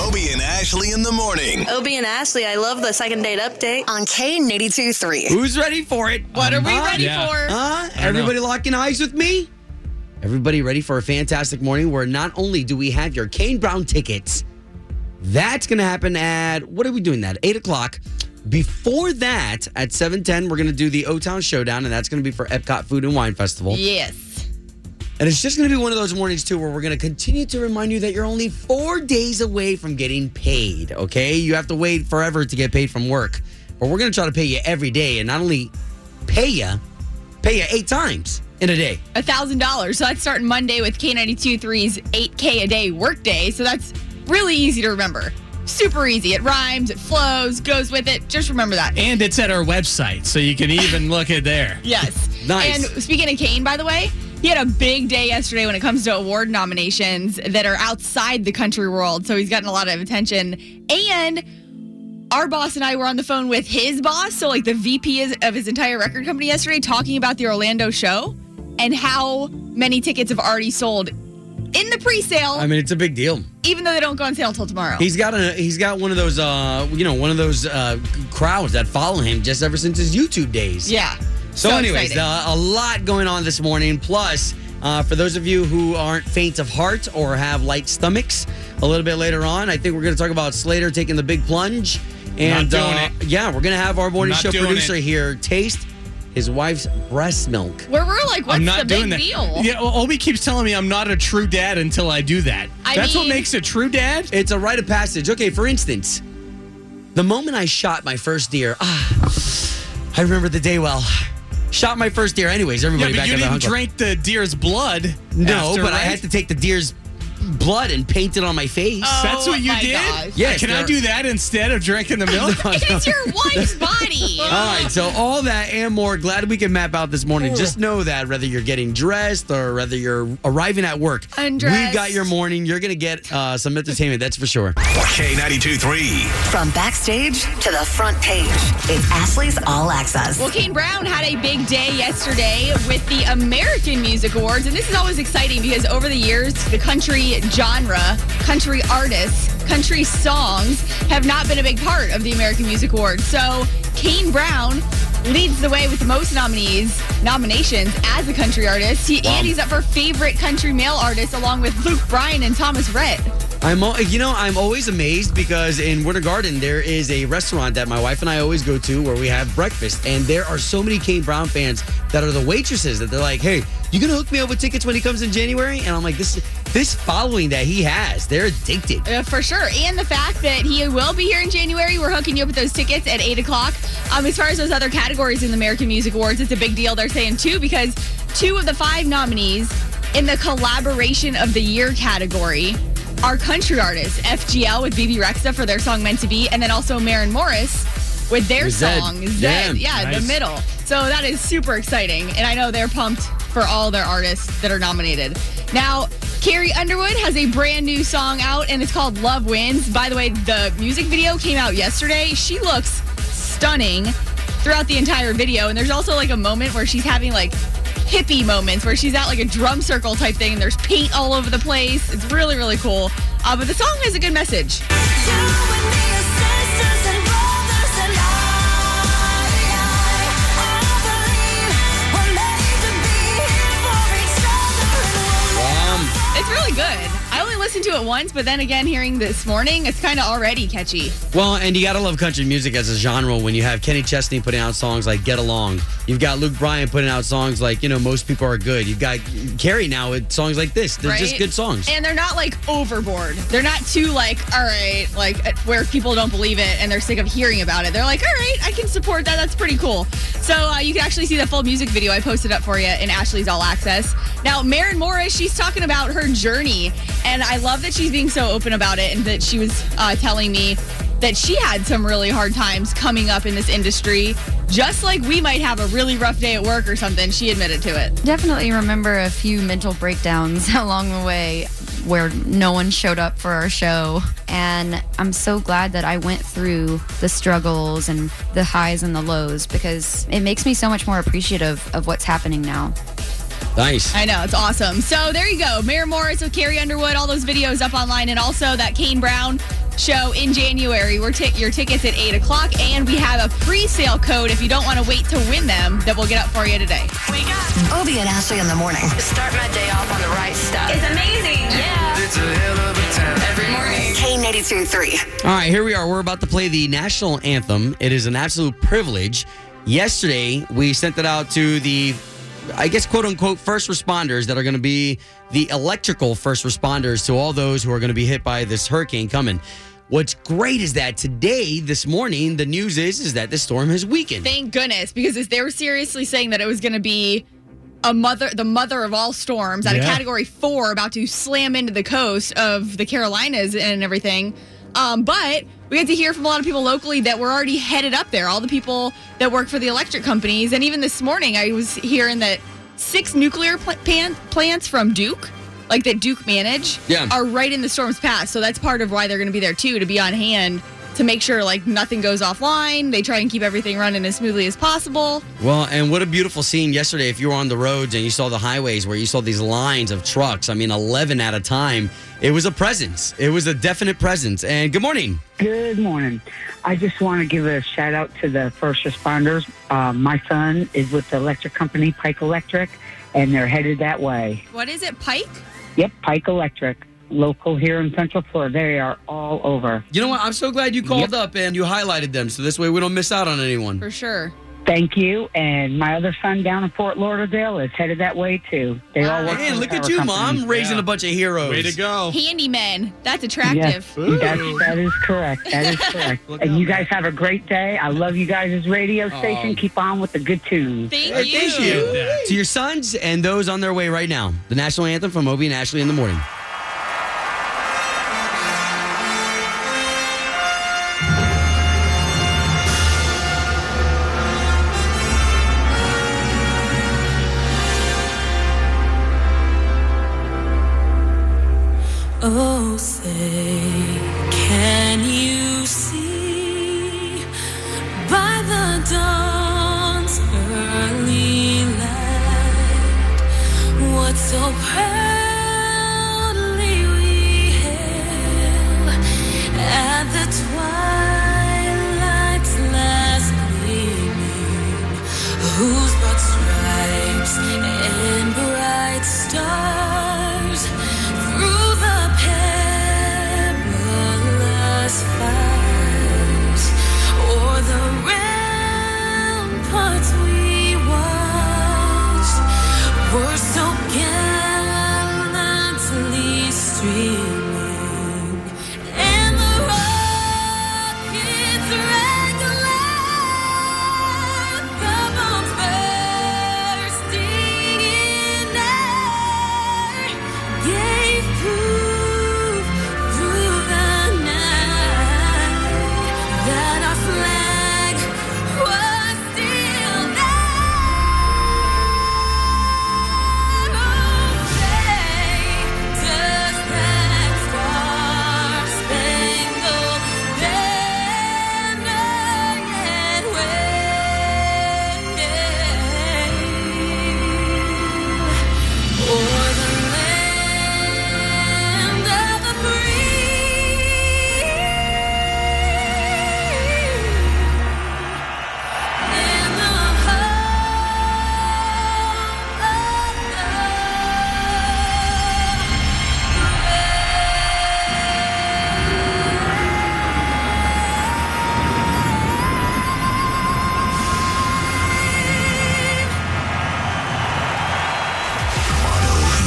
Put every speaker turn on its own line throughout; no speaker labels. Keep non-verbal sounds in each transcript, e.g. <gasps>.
Obie and Ashley in the morning.
Obie and Ashley, I love the second date update.
on K82 3.
Who's ready for it? What are we
ready
Uh, yeah.
for?
Huh? Everybody locking eyes with me? Everybody ready for a fantastic morning where not only do we have your Kane Brown tickets, that's going to happen at, what are we doing that? 8 o'clock. Before that, at 7.10, we're going to do the O-Town Showdown, and that's going to be for Epcot Food and Wine Festival.
Yes.
And it's just going to be one of those mornings, too, where we're going to continue to remind you that you're only four days away from getting paid, okay? You have to wait forever to get paid from work. But we're going to try to pay you every day and not only pay you, pay you eight times in a day.
A thousand dollars. So that's starting Monday with K92 3's 8K a day workday. So that's really easy to remember. Super easy. It rhymes, it flows, goes with it. Just remember that.
And it's at our website, so you can even look at there.
Yes.
Nice.
And speaking of Kane, by the way, he had a big day yesterday when it comes to award nominations that are outside the country world. So he's gotten a lot of attention. And our boss and I were on the phone with his boss, so like the VP is- of his entire record company yesterday, talking about the Orlando show and how many tickets have already sold in the pre sale,
I mean, it's a big deal.
even though they don't go on sale till tomorrow.
He's got a he's got one of those uh you know one of those uh crowds that follow him just ever since his YouTube days.
yeah.
So, anyways,
exciting.
uh, a lot going on this morning. Plus, uh, for those of you who aren't faint of heart or have light stomachs, a little bit later on, I think we're going to talk about Slater taking the big plunge. And
doing
uh, yeah, we're going to have our morning
Not
show
doing
producer
it.
here taste his wife's breast milk.
where we're like, what's
I'm not
the
doing
big
that.
<laughs>
deal? <laughs>
Yeah, well, Obi keeps telling me I'm not a true dad until I do that.
I
That's what
mean-
makes a true dad.
It's a rite of passage. Okay, for instance, the moment I shot my first deer, ah, I remember the day well. Shot my first deer, anyways.
Yeah,
Everybody
but
back
you
in the
didn't
hunt club.
drink the deer's blood.
No,
after,
but I
right?
had to take the deer's blood and paint it on my face.
That's what
Oh
you
my
did.
gosh.
Yes,
Can I
there-
do that instead of drinking the
<laughs>
milk?
It is your wife's body.
All right, so all that and more. Glad we can map out this morning. Just know that whether you're getting dressed or whether you're arriving at work, we
Undressed.
got your morning. You're gonna get uh, some entertainment, that's for sure.
K92 3.
From backstage to the front page, it's Ashley's All Access.
Well, Kane Brown had a big day yesterday with the American Music Awards, and this is always exciting because over the years, the country genre, country artists, country songs have not been a big part of the American Music Awards. So Kane Brown leads the way with the most nominees nominations as a country artist, he, and he's up for favorite country male artist along with Luke Bryan and Thomas Rhett.
I'm, al- you know, I'm always amazed because in Winter Garden there is a restaurant that my wife and I always go to where we have breakfast, and there are so many Kane Brown fans that are the waitresses that they're like, "Hey, you gonna hook me up with tickets when he comes in January?" And I'm like, "This, this following that he has, they're addicted."
Uh, for sure. And the fact that he will be here in January. We're hooking you up with those tickets at 8 o'clock. Um, as far as those other categories in the American Music Awards, it's a big deal, they're saying, too, because two of the five nominees in the Collaboration of the Year category are country artists FGL with BB Rexa for their song Meant to Be, and then also Maren Morris with their
With Zed.
song
Yeah,
Zed. Yeah,
nice.
the middle. So that is super exciting. And I know they're pumped for all their artists that are nominated. Now, Carrie Underwood has a brand new song out and it's called Love Wins. By the way, the music video came out yesterday. She looks stunning throughout the entire video. And there's also like a moment where she's having like hippie moments where she's at like a drum circle type thing and there's paint all over the place. It's really, really cool. Uh, but the song has a good message.
Um,
It's really good. I only listened to it once, but then again, hearing this morning, it's kind of already catchy.
Well, and you gotta love country music as a genre when you have Kenny Chesney putting out songs like Get Along. You've got Luke Bryan putting out songs like, you know, Most People Are Good. You've got Carrie now with songs like this. They're just
right?
good songs.
And they're not like overboard. They're not too like, all right, like uh, where people don't believe it and they're sick of hearing about it. They're like, all right, I can support that. That's pretty cool. So uh, you can actually see the full music video I posted up for you in Ashley's All Access. Now, Maren Morris, she's talking about her journey. And I love that she's being so open about it and that she was uh, telling me that she had some really hard times coming up in this industry. Just like we might have a really rough day at work or something, she admitted to it.
Definitely remember a few mental breakdowns <laughs> along the way where no one showed up for our show. And I'm so glad that I went through the struggles and the highs and the lows because it makes me so much more appreciative of what's happening now.
nice.
I know, it's awesome. So there you go. Mayor Morris with Carrie Underwood, all those videos up online, and also that Kane Brown show in January. We're ta- your tickets at 8 o'clock, and we have a pre-sale code if you don't want to wait to win them that we'll get up for you today.
Wake up.
Obie and Ashley in the morning.
Start my day off on the right stuff. It's amazing. Yeah. It's a hell of a time. Every morning.
K82 3.
All right, here we are. We're about to play the national anthem. It is an absolute privilege. Yesterday, we sent it out to the, I guess, quote unquote, first responders that are going to be the electrical first responders to all those who are going to be hit by this hurricane coming. What's great is that today, this morning, the news is is that this storm has weakened.
Thank goodness, because as they were seriously saying that it was going to be a mother, the mother of all storms, at a
Yeah.
Category Four, about to slam into the coast of the Carolinas and everything. Um, but we had to hear from a lot of people locally that were already headed up there. All the people that work for the electric companies, and even this morning, I was hearing that six nuclear pl- pan- plants from Duke, like that Duke manage,
Yeah.
are right in the storm's path. So that's part of why they're going to be there too, to be on hand to make sure like nothing goes offline. They try and keep everything running as smoothly as possible.
Well, and what a beautiful scene yesterday if you were on the roads and you saw the highways where you saw these lines of trucks. I mean, 11 at a time. It was a presence. It was a definite presence. And good morning.
Good morning. I just want to give a shout out to the first responders. Uh, my son is with the electric company, Pike Electric, and they're headed that way.
What is it, Pike?
Yep, Pike Electric, local here in Central Florida. They are all over.
You know what? I'm so glad you called up and you highlighted them so this way we don't miss out on anyone.
For sure.
Thank you. And my other son down in Fort Lauderdale is headed that way too. They all work.
Man,
for
look
the
at
power
you,
company.
Mom, raising a bunch of heroes.
Way to go.
Handyman. That's attractive.
Yes, that's, that is correct. That is correct. and you guys have a great day. I love you guys' radio station. Keep on with the good tunes.
Thank
Hey,
you.
thank you. To your sons and those on their way right now, the national anthem from Obie and Ashley in the morning.
Oh, say, can you see by the dawn's early light what so proudly we hail at the twilight's last gleaming, whose broad stripes and bright stars through the perilous fight o'er the ramparts we watched were so gallantly streaming, and the rockets red glare, the bombs bursting in air, gave proof through the night that our flag was still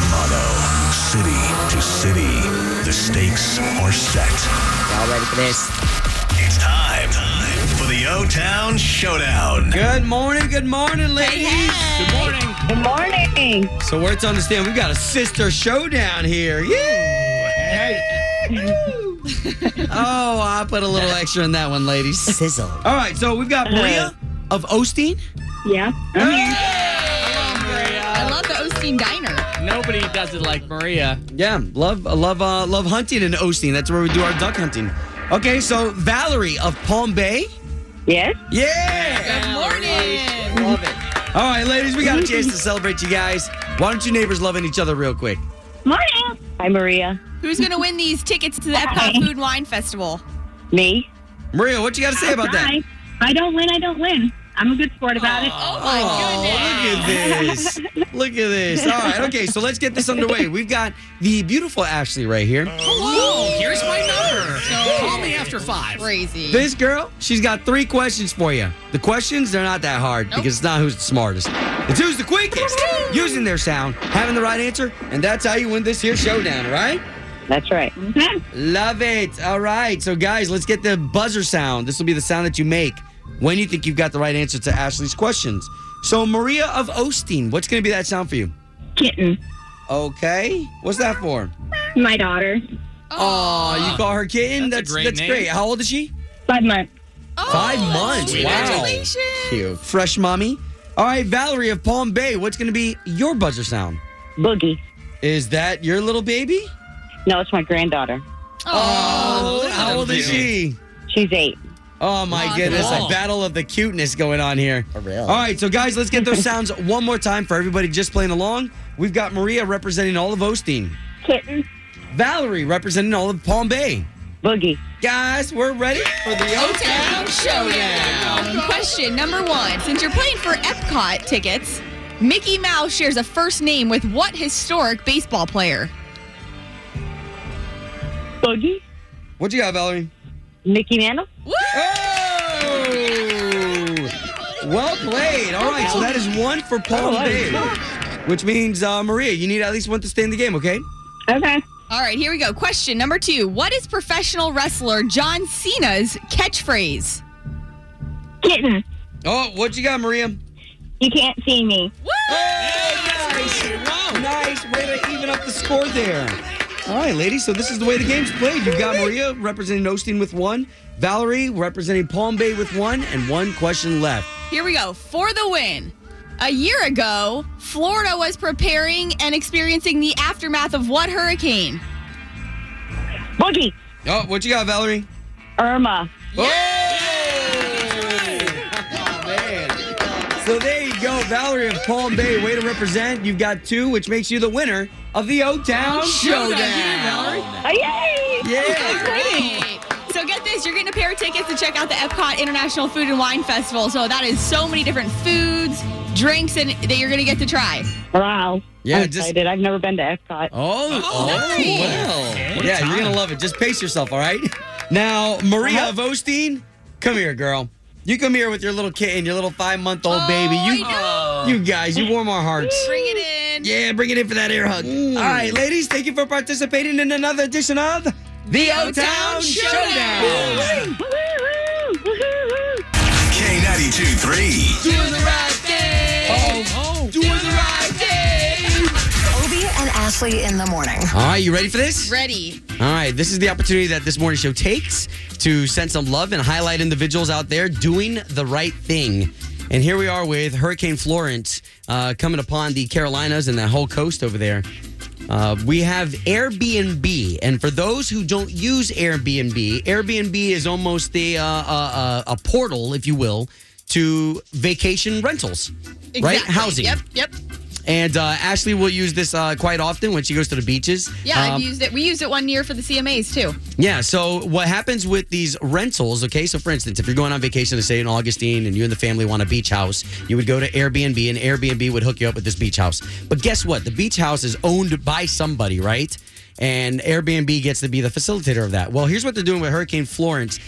City to city, the stakes are set.
Y'all ready for this?
It's time, time for the O Town Showdown.
Good morning, good morning, ladies.
Good morning.
Good morning.
So we're to understand we've got a sister showdown here. Yeah. <laughs> oh, I put a little extra in that one, ladies.
Sizzle.
All right, so we've got Maria of Osteen.
Yeah.
I love the Osteen Diner.
Nobody does it like Maria.
Yeah, love, love, uh, love hunting in Osteen. E. That's where we do our duck hunting. Okay, so Valerie of Palm Bay.
Yes.
Yeah.
Good morning.
Love it. All right, ladies, we got a chance to celebrate you guys. Why don't you neighbors loving each other real quick?
Morning.
Hi, Maria.
Who's going to win these tickets to the Epcot Food and Wine Festival?
Me.
Maria, what you got to say about that?
Hi. If I don't win, I don't win. I'm a good sport about it.
Oh, my
Look at this. Look at this. All right. Okay. So let's get this underway. We've got the beautiful Ashley right here.
Hello, here's my number. Call me after five.
Crazy.
This girl, she's got three questions for you. The questions, they're not that hard because it's not who's the smartest. It's who's the quickest using their sound, having the right answer, and that's how you win this here showdown, all right? Mm-hmm.
That's right.
Love it. All right. So, guys, let's get the buzzer sound. This will be the sound that you make when you think you've got the right answer to Ashley's questions. So, Maria of Osteen, what's going to be that sound for you?
Kitten.
Okay. What's that for?
My daughter.
Oh, you call her kitten?
That's
That's
a
that's
great
great.
name.
How old is she?
Five months.
Five months.
Congratulations.
Wow. Cute. Fresh mommy. All right, Valerie of Palm Bay, what's going to be your buzzer sound?
Boogie.
Is that your little baby?
No, it's my granddaughter.
Oh, how old is she?
She's eight.
Oh my
Oh,
goodness,
cool.
a battle of the cuteness going on here. For real. All right, so guys, let's get those sounds <laughs> one more time for everybody just playing along. We've got Maria representing all of Osteen,
Kitten.
Valerie representing all of Palm Bay.
Boogie.
Guys, we're ready for the O
Town Showdown. Question number one. Since you're playing for Epcot tickets, Mickey Mouse shares a first name with what historic baseball player?
Boogie.
What you got, Valerie?
Mickey Mantle.
Woo!
Oh! Well played. All right, so that is one for Palm Bay, which means uh, Maria, you need at least one to stay in the game, okay?
Okay.
All right, here we go. Question number two. What is professional wrestler John Cena's catchphrase?
Kitten.
Oh, what you got, Maria?
You can't see me.
Nice way to even up the score there. All right, ladies. So this is the way the game's played. You've got Maria representing Osteen with one, Valerie representing Palm Bay with one, and one question left.
Here we go. For the win. A year ago, Florida was preparing and experiencing the aftermath of what hurricane?
Boogie.
Oh, what you got, Valerie?
Irma.
Oh, man. So there you go, Valerie of Palm Bay. Way to represent. You've got two, which makes you the winner of the O
Oh,
Town Showdown.
Oh, yay!
Yeah.
Great. So get this, you're getting a pair of tickets to check out the Epcot International Food and Wine Festival. So that is so many different foods, drinks, and that you're gonna get to try.
Wow.
Yeah,
I'm
just-
excited. I've never been to Epcot.
Oh, oh,
nice.
well. yeah, you're gonna love it. Just pace yourself, all right? Now, Maria of
Uh-huh.
Osteen, come here, girl. You come here with your little kitten, your little five month old baby. You,
Oh, I
you guys, you warm our hearts.
Bring it in.
Yeah, bring it in for that air hug.
Mm.
All right, ladies, thank you for participating in another edition of the O Town
O-Town Showdown.
Showdown.
Woo-hoo! Woo-hoo-hoo!
K92 3.
Oh, doing the right thing.
Obie and Ashley in the morning.
All right, you ready for this?
Ready.
All right, this is the opportunity that this morning show takes to send some love and highlight individuals out there doing the right thing. And here we are with Hurricane Florence uh, coming upon the Carolinas and that whole coast over there. Uh, we have Airbnb, and for those who don't use Airbnb, Airbnb is almost the uh, uh, uh, a portal, if you will, to vacation rentals, right?
Exactly.
Housing.
Yep, yep.
And uh, Ashley will use this uh, quite often when she goes to the beaches.
Yeah,
Um,
I've used it. We used it one year for the CMAs too.
yeah, so what happens with these rentals, okay? So, for instance, if you're going on vacation to say in Augustine and you and the family want a beach house, you would go to Airbnb and Airbnb would hook you up with this beach house. But guess what? The beach house is owned by somebody, right? And Airbnb gets to be the facilitator of that. Well, here's what they're doing with Hurricane Florence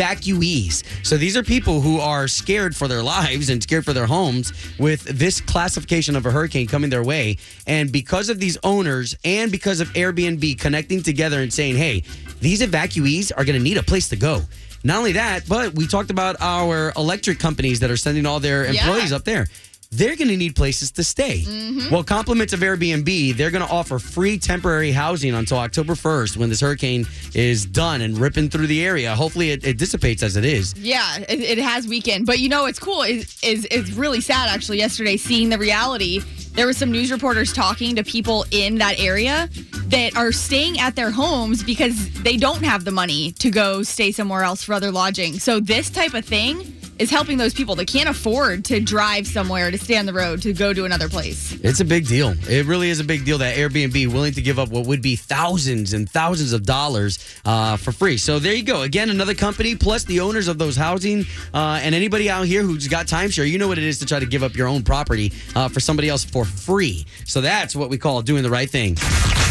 evacuees. So these are people who are scared for their lives and scared for their homes with this classification of a hurricane coming their way. And because of these owners and because of Airbnb connecting together and saying, hey, these evacuees are going to need a place to go. Not only that, but we talked about our electric companies that are sending all their employees up there. They're going to need places to stay. Well, compliments of Airbnb, they're going to offer free temporary housing until October 1st when this hurricane is done and ripping through the area. Hopefully, it, it dissipates as it is.
Yeah, it, it has weekend. But you know what's cool is is it's really sad actually yesterday seeing the reality. There was some news reporters talking to people in that area that are staying at their homes because they don't have the money to go stay somewhere else for other lodging. So this type of thing is helping those people that can't afford to drive somewhere to stay on the road to go to another place.
It's a big deal. It really is a big deal that Airbnb willing to give up what would be thousands and thousands of dollars uh, for free. So there you go. Again, another company plus the owners of those housing uh, and anybody out here who's got timeshare, you know what it is to try to give up your own property uh, for somebody else for free. So that's what we call doing the right thing.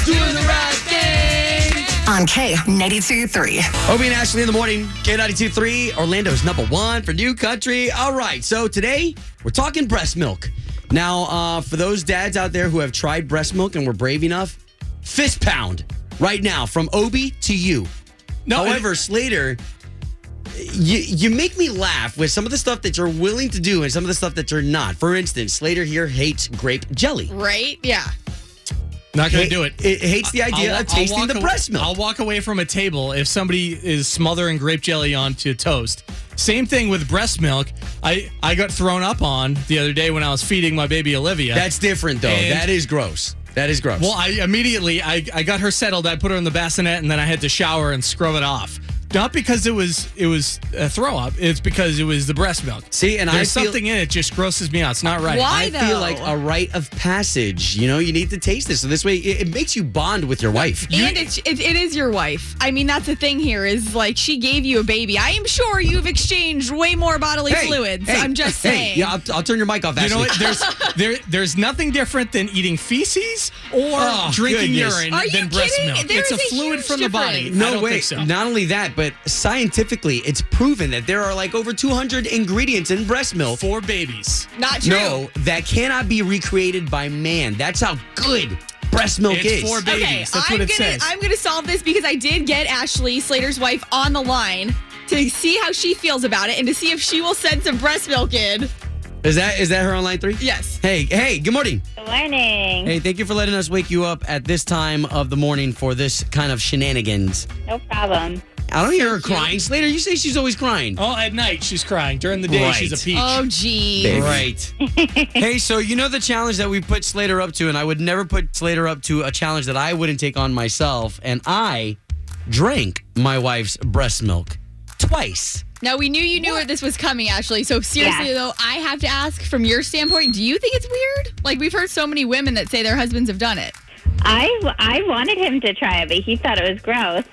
Doing the right thing. On K92 3.
Obie and Ashley in the morning, K92.3, Orlando's number one for new country. All right, so today we're talking breast milk. Now, uh, for those dads out there who have tried breast milk and were brave enough, fist pound right now from Obie to you. However, Slater, you, you make me laugh with some of the stuff that you're willing to do and some of the stuff that you're not. For instance, Slater here hates grape jelly.
Right? Yeah.
Not gonna
Hate-
do it.
It hates the idea
I'll-
of tasting
I'll
the
walk
breast
aw-
milk.
I'll walk away from a table if somebody is smothering grape jelly onto toast. Same thing with breast milk. I I got thrown up on the other day when I was feeding my baby Olivia.
That's different though.
And-
that is gross. That is gross.
Well, I immediately I, I got her settled. I put her in the bassinet, and then I had to shower and scrub it off. Not because it was it was a throw up. It's because it was the breast milk.
See, and I
there's
feel-
something in it just grosses me out. It's not right.
Why,
I feel
though?
like a rite of passage. You know, you need to taste this. So this way, it, it makes you bond with your wife.
and it's, it, it is your wife. I mean, that's the thing here is like she gave you a baby. I am sure you've exchanged way more bodily
Hey,
fluids.
hey,
I'm just
hey,
saying.
yeah, I'll, I'll turn your mic off.
You know
Ashley.
what? There's <laughs> there there's nothing different than eating feces or
Oh,
drinking
goodness.
urine
Are you
than breast
kidding?
milk.
There
it's a
is a
fluid
huge
from the body.
difference.
I
<laughs> No
don't
way.
think so.
Not only that, but scientifically, it's proven that there are like over 200 ingredients in breast milk.
for babies.
Not true.
No, that cannot be recreated by man. That's how good breast milk
It's
is.
for babies. That's
I'm
what it
gonna
says.
I'm gonna solve this because I did get Ashley Slater's wife on the line to see how she feels about it and to see if she will send some breast milk in.
Is that is that her on line three?
Yes.
Hey, hey, good morning.
Good morning.
Hey, thank you for letting us wake you up at this time of the morning for this kind of shenanigans.
No problem.
I don't hear her crying. Slater, you say she's always crying.
Oh, at night she's crying. During the day
Right.
she's a peach.
Oh gee.
<laughs>
Right. hey, so you know the challenge that we put Slater up to, and I would never put Slater up to a challenge that I wouldn't take on myself, and I drank my wife's breast milk twice.
Now we knew you knew where this was coming, Ashley. So seriously
Yeah.
though, I have to ask from your standpoint, do you think it's weird? Like we've heard so many women that say their husbands have done it.
I, I wanted him to try it, but he thought it was gross.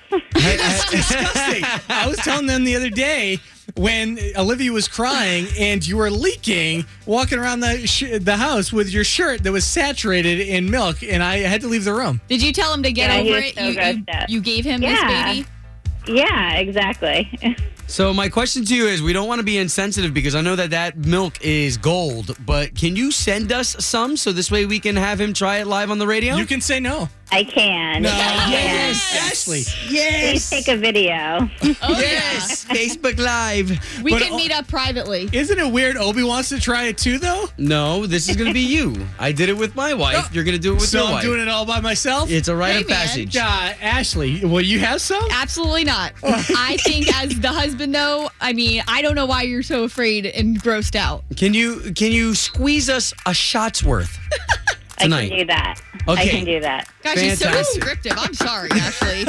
disgusting. <laughs> I was telling them the other day when Olivia was crying and you were leaking, walking around the sh- the house with your shirt that was saturated in milk, and I had to leave the room.
Did you tell him to get
Yeah, he
over
was
it?
so
you, you,
grossed out.
you gave him
Yeah.
this baby?
yeah, exactly.
So my question to you is, we don't want to be insensitive because I know that that milk is gold, but can you send us some so this way we can have him try it live on the radio?
You can say no.
I can.
No.
I can.
Ashley.
Please
Yes.
take a video.
Oh
yes.
<laughs>
Facebook Live.
yeah. We
But
can
al-
meet up privately.
Isn't it weird Obi wants to try it too, though?
<laughs> No, this is going to be you. I did it with my wife. You're going to do it with
so
your
I'm
wife.
doing it all by myself?
It's a rite
Hey,
of
man.
passage.
Uh, Ashley, will you have some?
Absolutely not.
Oh.
I think as the husband though, I mean, I don't know why you're so afraid and grossed out.
Can you can you squeeze us a shot's worth
<laughs> I can do
<laughs> tonight?
that. I
Okay.
can do that.
Gosh, she's so
Fantastic.
descriptive. I'm sorry,
<laughs>
Ashley.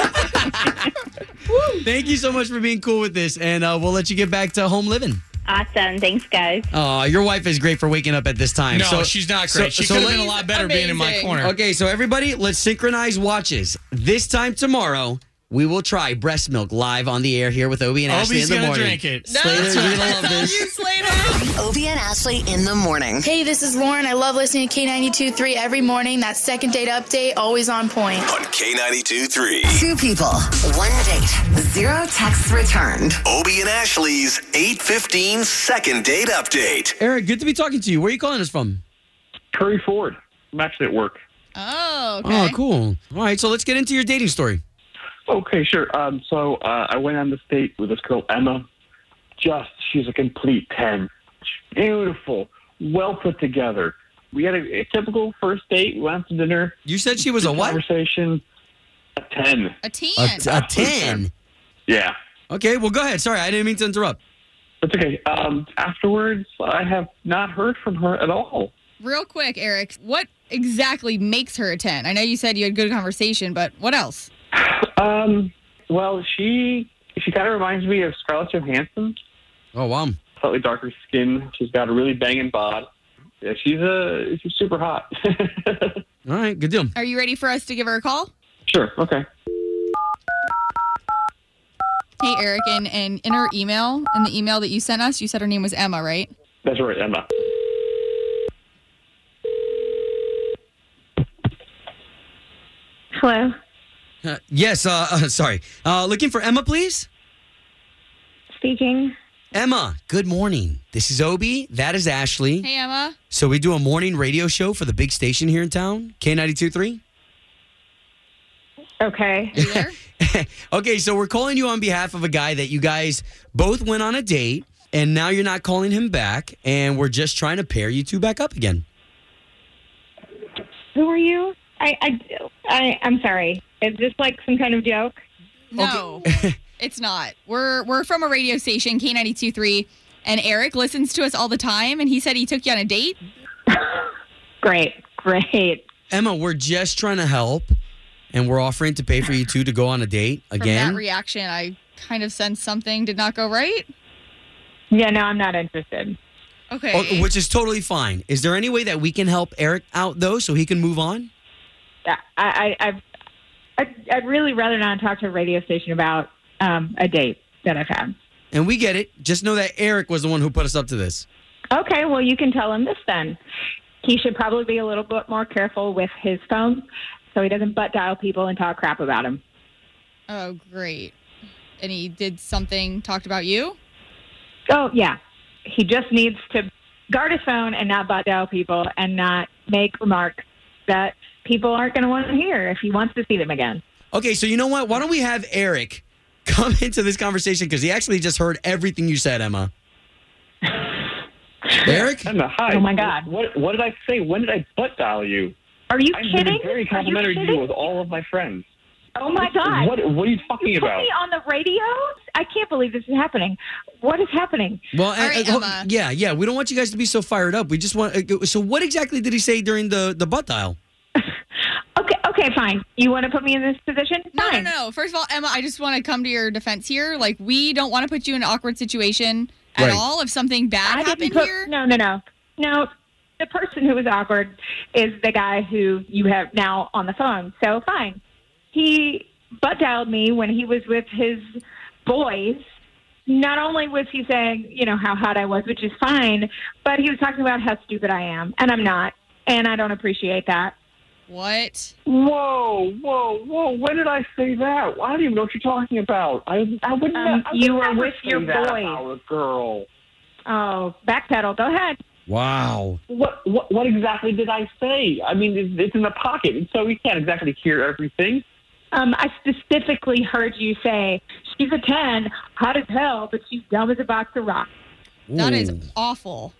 Thank you so much for being cool with this, and uh, we'll let you get back to home living.
Awesome. Thanks, guys.
Oh, your wife is great for waking up at this time.
No,
so,
she's not
so-
great. she
so
could have
let-
been a lot better being in my
Amazing.
corner.
Okay, so everybody, let's synchronize watches. This time tomorrow, we will try breast milk live on the air here with Obie and Ashley
Obi's
in the
gonna
morning.
drink it.
Slater's gonna love this.
Obie and Ashley in the morning.
Hey, this is Lauren. I love listening to K92.3 every morning. That second date update, always on point.
On K92.3,
Two people, one date, zero texts returned.
Obie and Ashley's 815 second date update.
Eric, good to be talking to you. Where are you calling us from?
Curry Ford. I'm actually at work.
Oh, okay.
Oh, cool. All right, so let's get into your dating story.
Okay, sure. Um, so uh, I went on this date with this girl, Emma. Just, she's a complete 10. She's beautiful, well put together. We had a, a typical first date. We went out to dinner.
You said she was a what?
Conversation. A 10.
A ten.
A- a ten.
Yeah.
Okay, well, go ahead. Sorry, I didn't mean to interrupt.
That's okay. Um, afterwards, I have not heard from her at all.
Real quick, Eric, what exactly makes her a 10? I know you said you had good conversation, but what else?
Um, well, she she kind of reminds me of Scarlett Johansson.
Oh wow.
Slightly darker skin. She's got a really banging bod. Yeah, she's uh, she's super hot. <laughs>
All right, good deal.
Are you ready for us to give her a call?
Sure. Okay.
Hey, Eric, and, and in her email, in the email that you sent us, you said her name was Emma, right?
That's right, Emma.
Hello.
Uh, yes, uh, uh, sorry. Uh, looking for Emma, please?
Speaking.
Emma, good morning. This is Obi. That is Ashley.
Hey,
<laughs>
Emma.
So we do a morning radio show for the big station here in town, K92.3.
Okay.
<laughs> okay, so we're calling you on behalf of a guy that you guys both went on a date, and now you're not calling him back, and we're just trying to pair you two back up again.
Who are you? I, I, I, I'm sorry. Is this like some kind of joke?
<laughs>
No, it's not. We're we're from a radio station, K92.3, and Eric listens to us all the time, and he said he took you on a date.
Great, great.
Emma, we're just trying to help, and we're offering to pay for you two to go on a date
From
again.
that reaction, I kind of sensed something did not go right.
Yeah, no, I'm not interested.
Okay.
Oh, which is totally fine. Is there any way that we can help Eric out though, so he can move on?
I, I, I've, I'd, I'd really rather not talk to a radio station about um, a date that I've had.
And we get it. Just know that Eric was the one who put us up to this.
Okay, well, you can tell him this then. He should probably be a little bit more careful with his phone so he doesn't butt dial people and talk crap about him.
Oh, great. And he did something, talked about you?
Oh, yeah. He just needs to guard his phone and not butt dial people and not make remarks that people aren't going to want to hear if he wants to see them again.
Okay, so you know what? Why don't we have Eric come <laughs> into this conversation because he actually just heard everything you
<laughs>
said, Emma. Eric?
Emma, hi.
Oh, my God.
What what did I say? When did I butt dial you?
Are you
I'm being
kidding?
very
Are you
complimentary to you
kidding?
with all of my friends.
Oh, my
What-
God.
What what are you talking
you put
about?
me on the radio? I can't believe this is happening. What is happening?
Well, and-
right,
and- oh,
Emma.
yeah, yeah. We don't want you guys to be so fired up. We just want. uh, So, what exactly did he say during the the butt dial?
Okay, okay, fine. You want to put me in this position?
No, no,
Fine.
no, no. First of all, Emma, I just want to come to your defense here. Like, we don't want to put you in an awkward situation at
Right.
all. If something bad
I
happened
didn't put,
here,
No, no, no. No, the person who was awkward is the guy who you have now on the phone. So fine. He butt dialed me when he was with his boys. Not only was he saying, you know, how hot I was, which is fine, but he was talking about how stupid I am, and I'm not, and I don't appreciate that.
what?
Whoa, whoa, whoa! When did I say that? I don't even know what you're talking about. I I wouldn't.
Um,
I would
you were
never
with
say
your
that
boys.
about a girl.
Oh, backpedal. Go ahead.
Wow.
What, what what exactly did I say? I mean, it's, it's in the pocket, and so we can't exactly hear everything.
Um, I specifically heard you say, she's a 10, hot as hell, but she's dumb as a box of rocks.
That
Hmm.
is awful.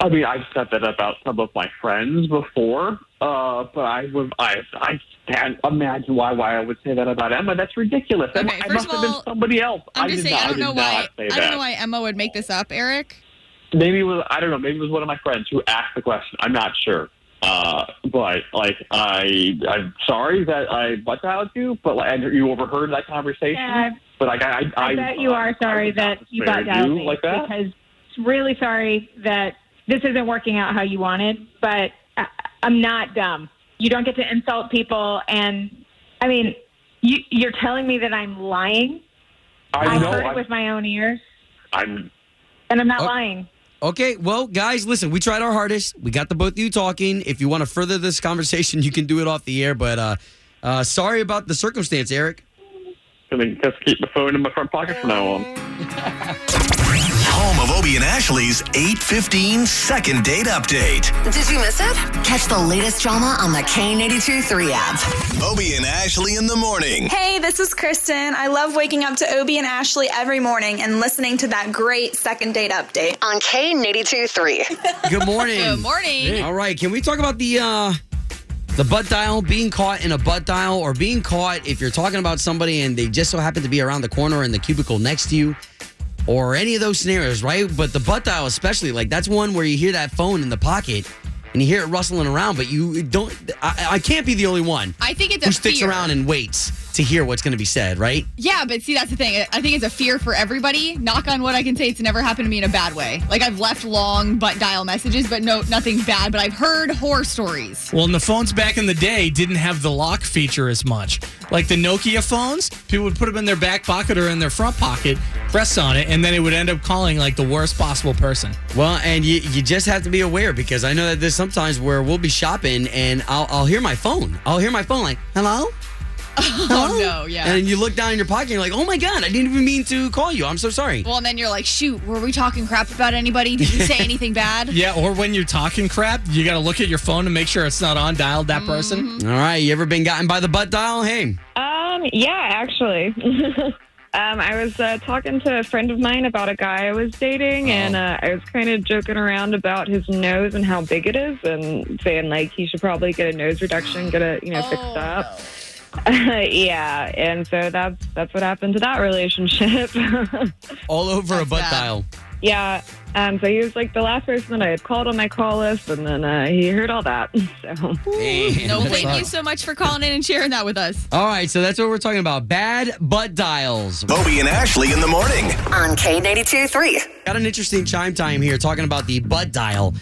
I mean, I've said that about some of my friends before, uh, but I would I I can't imagine why why I would say that about Emma. That's ridiculous. Emma, I
first
must
of
have been
all,
somebody else.
I'm just
did
saying,
not,
I don't
did
know
not
why.
say
I
that.
don't know why Emma would make this up, Eric.
maybe it was I don't know. Maybe it was one of my friends who asked the question. I'm not sure. Uh, but like I, I'm sorry that I butt dialed you, but like, and you overheard that conversation.
Yeah,
but like I, I,
I, bet you are sorry that you
spare
got dialed
you
me
like that?
because really sorry that this isn't working out how you wanted. But I, I'm not dumb. You don't get to insult people, and I mean, you, you're telling me that I'm lying.
I know.
heard it
I,
with my own ears,
I'm.
and I'm not
Oh.
lying.
Okay, well, guys, listen, we tried our hardest. We got the both of you talking. If you want to further this <laughs> conversation, you can do it off the air. But uh, uh, sorry about the circumstance, Eric.
I mean, just keep the phone in my front pocket from now on.
Home of Obie and Ashley's 815 second date update.
Did you miss it? Catch the latest drama on the K82 3 app.
Obie and Ashley in the morning.
Hey, this is Kristen. I love waking up to Obie and Ashley every morning and listening to that great second date update
on K82 3.
Good morning.
Good morning.
All right, can we talk about the uh the butt dial being caught in a butt dial or being caught if you're talking about somebody and they just so happen to be around the corner in the cubicle next to you or any of those scenarios, right? But the butt dial especially, like that's one where you hear that phone in the pocket and you hear it rustling around, but you don't I, I can't be the only one
I think it's
who
a
sticks
fear.
around and waits to hear what's going to be said, right?
Yeah, but see, that's the thing. I think it's a fear for everybody. Knock on wood, I can say it's never happened to me in a bad way. Like I've left long butt dial messages, but no, nothing bad. But I've heard horror stories.
Well, and the phones back in the day didn't have the lock feature as much. Like the Nokia phones, people would put them in their back pocket or in their front pocket, press on it, and then it would end up calling like the worst possible person.
Well, and you, you just have to be aware because I know that there's sometimes where we'll be shopping and I'll, I'll hear my phone. I'll hear my phone like, hello?
<laughs> Oh no, yeah.
And you look down in your pocket and you're like, oh my God, I didn't even mean to call you. I'm so sorry.
well, and then you're like, shoot, were we talking crap about anybody? Did you
<laughs>
say anything bad?
Yeah, or when you're talking crap, you got to look at your phone to make sure it's not on dialed that person.
mm-hmm.
All right, you ever been gotten by the butt dial? Hey.
Um, yeah, actually. um, I was uh, talking to a friend of mine about a guy I was dating, and uh, I was kind of joking around about his nose and how big it is, and saying like he should probably get a nose reduction, get it you know
Oh,
fixed up. <laughs> yeah, and so that's that's what happened to that relationship. <laughs>
Mm.
All over a butt dial.
yeah, um, so he was like the last person that I had called on my call list, and then uh, he heard all that. <laughs> So
<laughs>
No,
that
thank you
sucks.
so much for calling in and sharing that with us.
All right, so that's what we're talking about. Bad butt dials.
Bobby and Ashley in the morning.
On K82 3.
Got an interesting chime time here talking about the butt dial.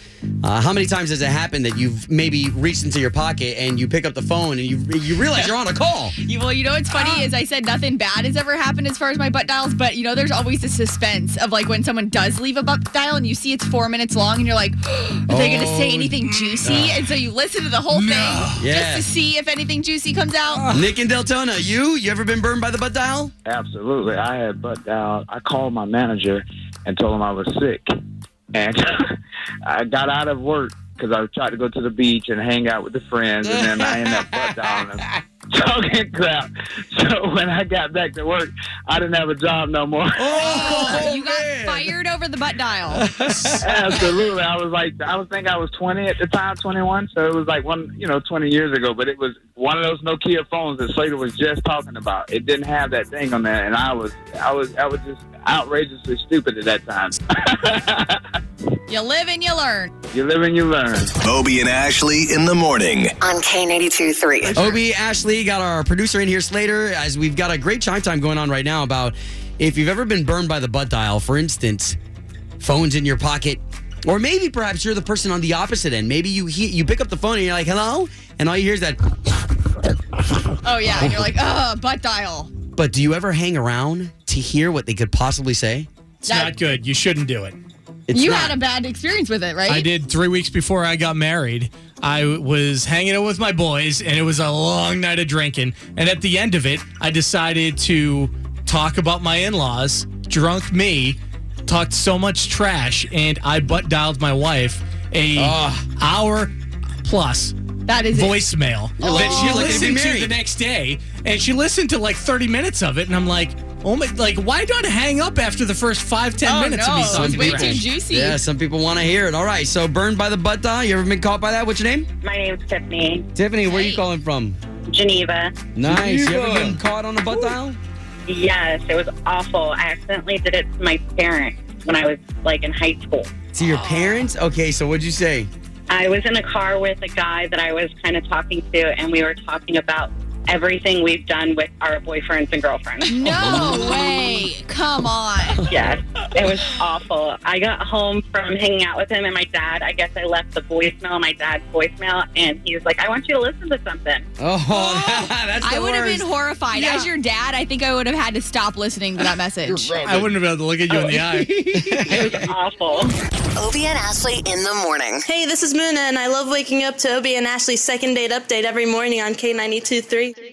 Uh, how many times has it happened that you've maybe reached into your pocket and you pick up the phone and you you realize you're on a call?
You, well, you know what's funny is I said nothing bad has ever happened as far as my butt dials, but you know there's always the suspense of like when someone does leave a butt dial and you see it's four minutes long and you're like, <gasps> are they going to say
Oh,
anything juicy?
uh,
and so you listen to the whole thing just
Yeah.
to see if anything juicy comes out.
Nick and Deltona, you you ever been burned by the butt dial?
Absolutely. I had butt out. I called my manager and told him I was sick. And <laughs> I got out of work because I tried to go to the beach and hang out with the friends. And then I ended up butt down and talking crap. So when I got back to work, I didn't have a job no more.
Oh, you got fired over the butt dial.
Absolutely. I was like, I was think I was 20 at the time, 21. So it was like one, you know, 20 years ago. But it was one of those Nokia phones that Slater was just talking about. It didn't have that thing on there, and I was, I was, I was just outrageously stupid at that time.
You live and you learn.
<laughs> you live and you learn.
Bobby and Ashley in the morning.
On K82 3.
Obi, Ashley, got our producer in here, Slater, as we've got a great chime time going on right now about if you've ever been burned by the butt dial, for instance, phones in your pocket, or maybe perhaps you're the person on the opposite end. Maybe you he- you pick up the phone and you're like, hello, and all you hear is that.
Oh yeah, and you're like, oh, butt dial.
But do you ever hang around to hear what they could possibly say?
It's That- not
good. You shouldn't do it.
you had a bad experience with it, right?
I did three weeks before I got married. I was hanging out with my boys, and it was a long night of drinking. And at the end of it, I decided to talk about my in laws, drunk me, talked so much trash, and I butt dialed my wife a hour plus.
That is it.
voicemail
You're
that
like,
she
"You're lucky to be
listened to
married."
the next day, and she listened to like 30 minutes of it, and I'm like, oh my, like why do I hang up after the first five
Oh,
ten minutes of me talking trash?
Yeah, some people want to hear it. All right, so burned by the butt dial. You ever been caught by that? What's your name?
My name's Tiffany.
Tiffany, where are you calling from?
Geneva.
Nice. You ever been caught on a butt dial?
Yes, it was awful. I accidentally did it to my parents when I was like in high school.
to your parents? Okay, so what'd you say?
I was in a car with a guy that I was kind of talking to, and we were talking about everything we've done with our boyfriends and girlfriends.
No way. Come on.
yes, it was awful. I got home from hanging out with him and my dad. I guess I left the voicemail, my dad's voicemail, and he was like, "I want you to listen to something."
Oh, <laughs> that's
I
the
would have been
worst.
horrified.
Yeah.
As your dad, I think I would have had to stop listening to that message.
I wouldn't have been able to look
Oh.
at you in the
<laughs>
eye.
awful.
Obie and Ashley in the morning.
Hey, this is Muna, and I love waking up to Obie and Ashley's second date update every morning on K92 3.